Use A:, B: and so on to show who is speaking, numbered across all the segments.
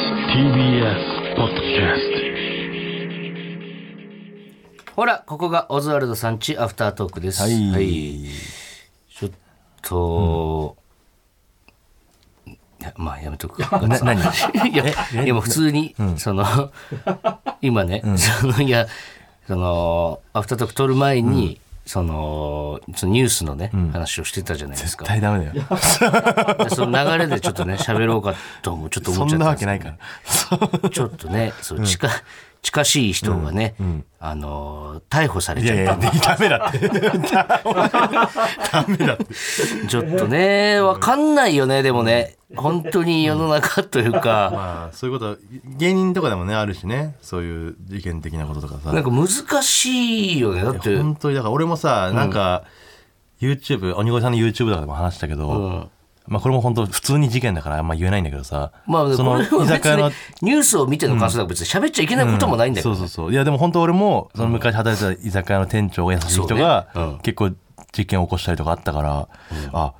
A: TBS ポッドキャス
B: ほら、ここがオズワルドさんちアフタートークです。
A: はい
B: ちょっと、いやまあやめとくか。 何いや、いやもう普通に、その、 今ね、その、いや、その、アフタートーク撮る前に、その、そのニュースのね、話をしてたじゃないです
A: ト
B: か。
A: 大ダメだよ
B: でその流れでちょっとね、喋ろうかとも、ちょっと思
A: そ
B: っちゃ
A: ん
B: った
A: なわ
B: んです
A: け
B: けど
A: ないから
B: ちょっとね、そう近近しい人がね、あのー逮捕され
A: いや
B: ちゃ
A: い
B: っ
A: や
B: た。
A: ダメだってダメだって
B: ちょっとね、わかんないよね、でもね。本当に世の中というか、
A: まあそういうことは芸人とかでもねあるしねそういう事件的なこととか
B: なん
A: さ
B: か難しいよね。だって、
A: 本当にだから俺もさなんか YouTube 鬼越さんの YouTube とかでも話したけど、
B: うん
A: まあこれも本当普通に事件だからあんま言えないんだけどさ、
B: まあ、
A: そ
B: こ
A: の
B: れは
A: 居
B: 別
A: 酒屋の
B: にニュースを見ての感想だから別に喋っちゃいけないこともないんだけ
A: そ
B: ど
A: う。そうそういやでも本当俺もその昔働いてた居酒屋の店長が優しい人が、
B: そうねうん
A: 結構事件起こしたりとかあったから、あ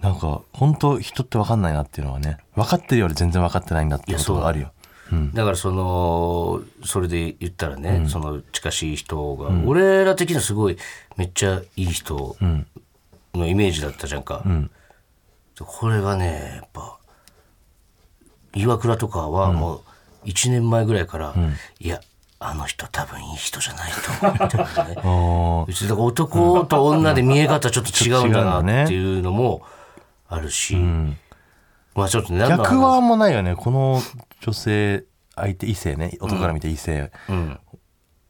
A: なんか本当人って分かんないなっていうのはね分かってるより全然分かってないんだってことがあるよ
B: だからそのそれで言ったらね、その近しい人が、俺ら的にはすごいめっちゃいい人のイメージだったじゃんか、これがねやっぱ岩倉とかはもう1年前ぐらいから、いやあの人多分いい人じゃないと思ってるん だね
A: おー
B: 別にだから男と女で見え方ちょっと違うんだなっていうのもあるし、まあちょっとね何の話
A: 逆はあんまないよねこの女性相手異性ね男から見て異性、
B: ん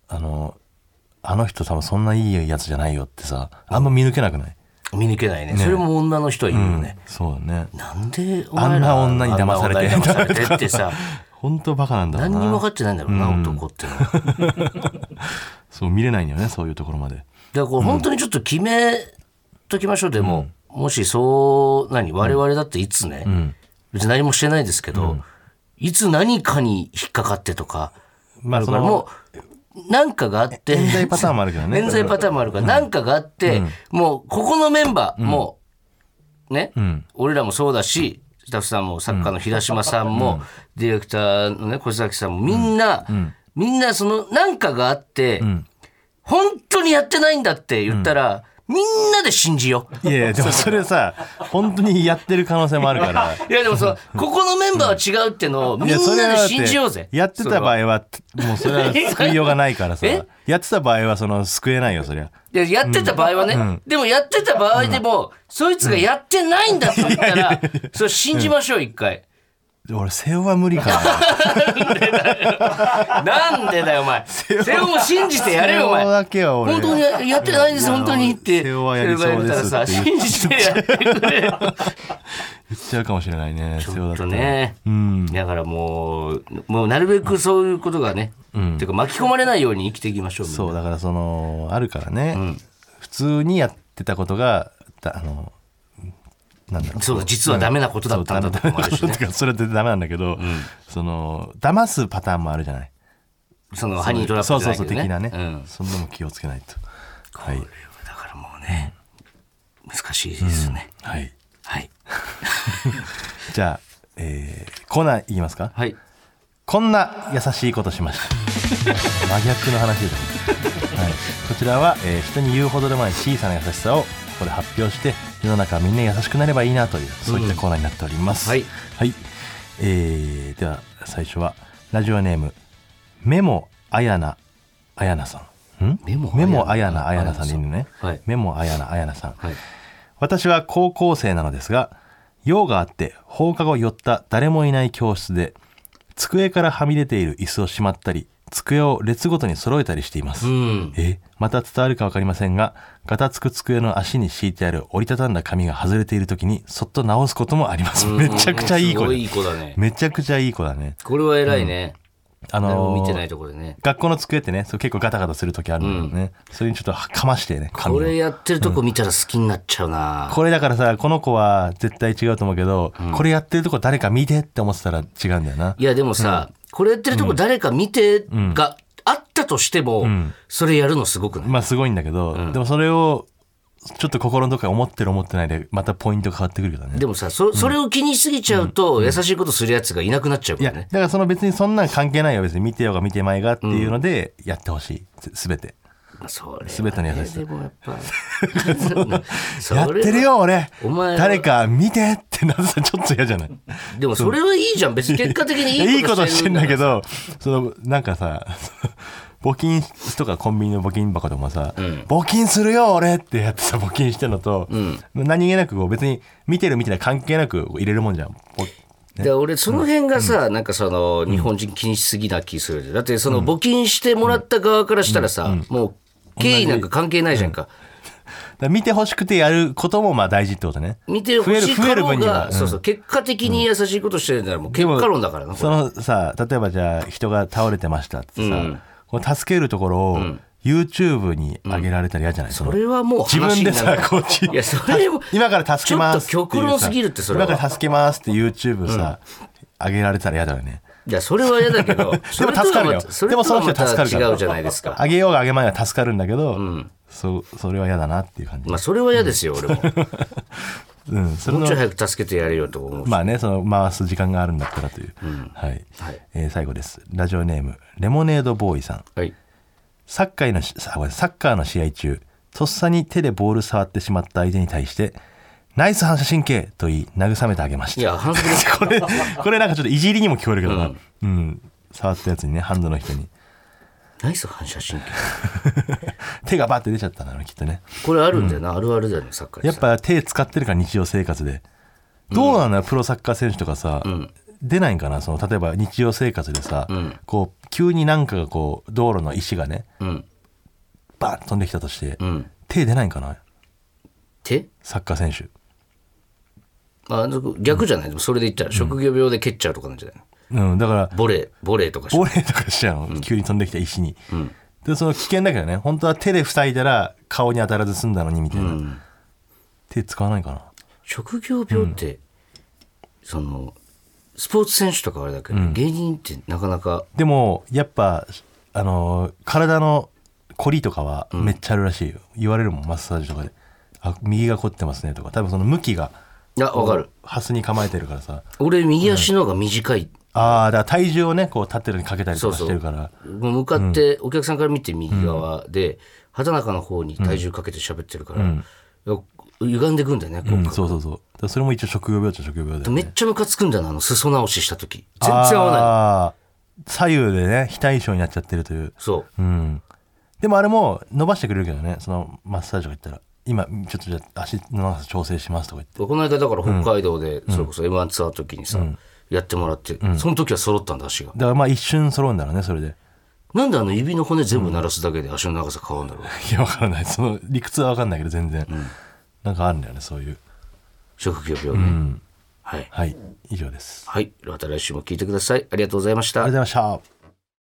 A: あのあの人多分そんないいやつじゃないよってさあんま見抜けなくない、
B: 見抜けないねそれも女の人は言うよね、
A: そうだね
B: なんでお
A: あ
B: 前
A: ん
B: ら
A: な女に騙されて
B: あんな女に騙されてってさ、
A: 本当バカなんだろう
B: 何
A: な
B: にも分かってないんだろうな、男ってのは。だか
A: そう見れないんだよねそういうところまで
B: らこれ本当にちょっと決めときましょう。でも、もしそう、何、我々だっていつね、別に何もしてないですけど、いつ何かに引っかかってとか、
A: まあ
B: だ
A: そ
B: から
A: の
B: もう、なんかがあって、
A: 冤罪パターンもあるけどね
B: 免罪パターンもあるから、なんかがあって、もう、ここのメンバー、もう、ね、俺らもそうだし、スタッフさんも、作家の平島さんも、ディレクターのね、小崎さんも、みんな、みんな、その、なんかがあって、本当にやってないんだって言ったら、みんなで信じよう。
A: いやいやでもそれさ本当にやってる可能性もあるから
B: いや、でもその、ここのメンバーは違うってのを、 みん
A: いやそれは
B: な
A: だっ
B: で
A: て
B: 信じようぜ。
A: やってた場合はもうそれは救いようがないからさ
B: え
A: やってた場合はその救えないよそりゃ
B: いややってた場合はね、でもやってた場合でも、そいつがやってないんだと言ったら、 それ信じましょう、一回。
A: 俺背負は無理かな
B: なんでだよ、お前。
A: 背負
B: セオも信じて やれよ、お
A: 背負
B: 前。
A: だけは俺
B: 本当にやってないです、本当にって。
A: 背負はやりそうですって言っ
B: 信じてやってくれよ。
A: 言っちゃうかもしれないね
B: ち
A: 背負
B: ょ
A: だ
B: っ
A: った
B: と
A: ら
B: ね。だからもう、もうなるべくそういうことがね、ていうか巻き込まれないように生きていきましょう。
A: そうだからそのあるからね普通にやってたことがだあのなんだろう
B: そう実はダメなことだったんだとかもあるしね。
A: てか それってダメなんだけどその騙すパターンもあるじゃない
B: そのハニートラップじ
A: そう
B: ゃ
A: そ
B: な
A: う
B: い
A: そ
B: け
A: う
B: どね
A: 的なね、
B: うん
A: そんなも気をつけないとはい
B: だからもうね、難しいですね。
A: はい
B: はい。
A: じゃあ、えー、コーナーいきますか
B: はい。
A: こんな優しいことしました 真逆の話です、はい、こちらは、えー人に言うほどでもない小さな優しさをここで発表して世の中みんな優しくなればいいなというそういったコーナーになっております、
B: はい、
A: はいえーでは最初はラジオネームメモあやなあやなさんん
B: メモ
A: メモあやなあやなさんでいいのね、
B: はい
A: メモあやなあやなさん、
B: はい。
A: 私は高校生なのですが用があって放課後寄った誰もいない教室で机からはみ出ている椅子をしまったり机を列ごとに揃えたりしています、
B: うん。
A: えまた伝わるか分かりませんがガタつく机の足に敷いてある折りたたんだ紙が外れている時にそっと直すこともありますめちゃくちゃいい子
B: すご
A: だ
B: いいい子だね。
A: めちゃくちゃいい子だね
B: これは偉いね。
A: あ
B: 誰
A: の
B: も
A: ー
B: 見てないところでね。
A: 学校の机ってねそう結構ガタガタする時あるんだけどね、それにちょっとかましてね紙を
B: これやってるとこ見たら好きになっちゃうな。
A: これだからさこの子は絶対違うと思うけど、これやってるとこ誰か見てって思ってたら違うんだよない
B: やでもさ、これやってるとこ誰か見てがあったとしても、それやるのすごくない
A: まあすごいんだけど、でもそれをちょっと心のどこか思ってる思ってないでまたポイント変わってくるけどね
B: でもさそそれを気にしすぎちゃうと、優しいことするやつがいなくなっちゃう
A: い
B: か
A: や
B: ら
A: だ
B: ね
A: からその別にそんなん関係ないよ別に見てようが見てまいがっていうのでやってほしいすべて
B: まあそれ
A: 全ての優しさ
B: でもやっ ぱそれ
A: やっ
B: は
A: てるよ俺
B: お前は
A: 誰か見てってなったらちょっと嫌じゃない
B: でもそれはいいじゃん別に結果的に
A: いやいいことしてんだけど、
B: ど
A: その、なんかさ、募金とかコンビニの募金箱でもさ、募金するよ俺ってやってさ、募金してんのと、何気なくこう別に見てるみたいな関係なく入れるもんじゃん。ぼ
B: で俺その辺がさ、なんかその日本人気にしすぎな気するだってその募金してもらった側からしたらさ、もう経緯なんか関係ないじゃんか、
A: だから見てほしくてやることもまあ大事ってことね。
B: 見てほしい
A: 増え
B: か
A: る
B: ろ
A: 分
B: う
A: に
B: が、
A: はうん
B: そうそう結果的に優しいことしてるならもう結果論だからな、こ
A: そのさ、例えばじゃあ人が倒れてましたってさ、この助けるところを YouTube に上げられたら嫌じゃない、その
B: れそれはもう
A: 自分
B: 話に
A: で
B: な
A: さ
B: らない
A: こっち
B: いやそれも
A: 今から助けます
B: ちょっと極論すぎるってそれは
A: 今から助けますって YouTube さ、上げられたら嫌だよね
B: いやそれは嫌だけ ど
A: でも助かるよ
B: そ
A: で
B: れとは
A: もその人
B: また
A: 助かるから
B: 違うじゃないですか
A: 上げようが上げまいが助かるんだけど、そそれは嫌だなっていう感じ、
B: まあそれは嫌ですよ俺もも
A: うん、それ
B: う
A: の
B: ちょい早く助けてやれよと思う
A: まあねその回す時間があるんだったらという、はい、
B: はい
A: えー最後ですラジオネームレモネードボーイさん
B: はい
A: サッカーのしさごめんサッカーの試合中とっさに手でボール触ってしまった相手に対してナイス反射神経と言い慰めてあげました
B: いや反則です
A: これ、 これなんかちょっといじりにも聞こえるけどな。うん。触ったやつにね、ハンドの人に。
B: ナイス反射神経
A: 手がバッて出ちゃったんだろうねきっとね。
B: これあるんだよな、あるあるだよねサッカーで
A: や
B: さ
A: っぱ手使ってるから、日常生活で。どうなのよ、プロサッカー選手とかさ、出ないんかなその、例えば日常生活でさ、こう、急になんかがこう、道路の石がね、
B: うん
A: バーンと飛んできたとして、
B: うん
A: 手出ないんかな
B: 手
A: サッカー選手。
B: まあ、逆じゃない、でもそれで言ったら職業病で蹴っちゃうとかなんじゃないの、
A: うん、だから、
B: ボレーボレーとかして
A: ボレーとかしちゃうの、急に飛んできた石に、でその危険だけどね本当は手で塞いだら顔に当たらず済んだのにみたいな、手使わないかな
B: 職業病って、そのスポーツ選手とかはあれだけど、芸人ってなかなか
A: でもやっぱあのー体の凝りとかはめっちゃあるらしいよ、言われるもんマッサージとかで「あ右が凝ってますね」とか多分その向きが
B: あわかる
A: ハスに構えてるからさ
B: 俺右足の方が短い、
A: ああだから体重をねこう立ってるのにかけたりとか
B: そうそ
A: し
B: う
A: てるから
B: もう向かってお客さんから見て右側で、畑中の方に体重かけて喋ってるから、歪んでくんだよね、こう
A: うんそうそうそうだからそれも一応職業病っちゃ職業病だよ
B: め
A: ね
B: っちゃムカつくんだよなあの裾直しした時全然合わない
A: い左右でね非対称になっちゃってるという
B: そ
A: う
B: う
A: ん、でもあれも伸ばしてくれるけどねそのマッサージが行ったら今ちょっとじゃあ足の長さ調整しますとか言って
B: この間だから北海道でそれこそ m 1ツアーの時にさ、やってもらって、その時は揃ったんだ足が
A: だからまあ一瞬揃うんだろうねそれで
B: なんであの指の骨全部鳴らすだけで足の長さ変わるんだろう、
A: いやわからないその理屈はわかんないけど全然、なんかあるんだよねそういう
B: 職業病ね、はい
A: はい以上です
B: はいまた来週も聞いてくださいありがとうございました
A: ありがとうございました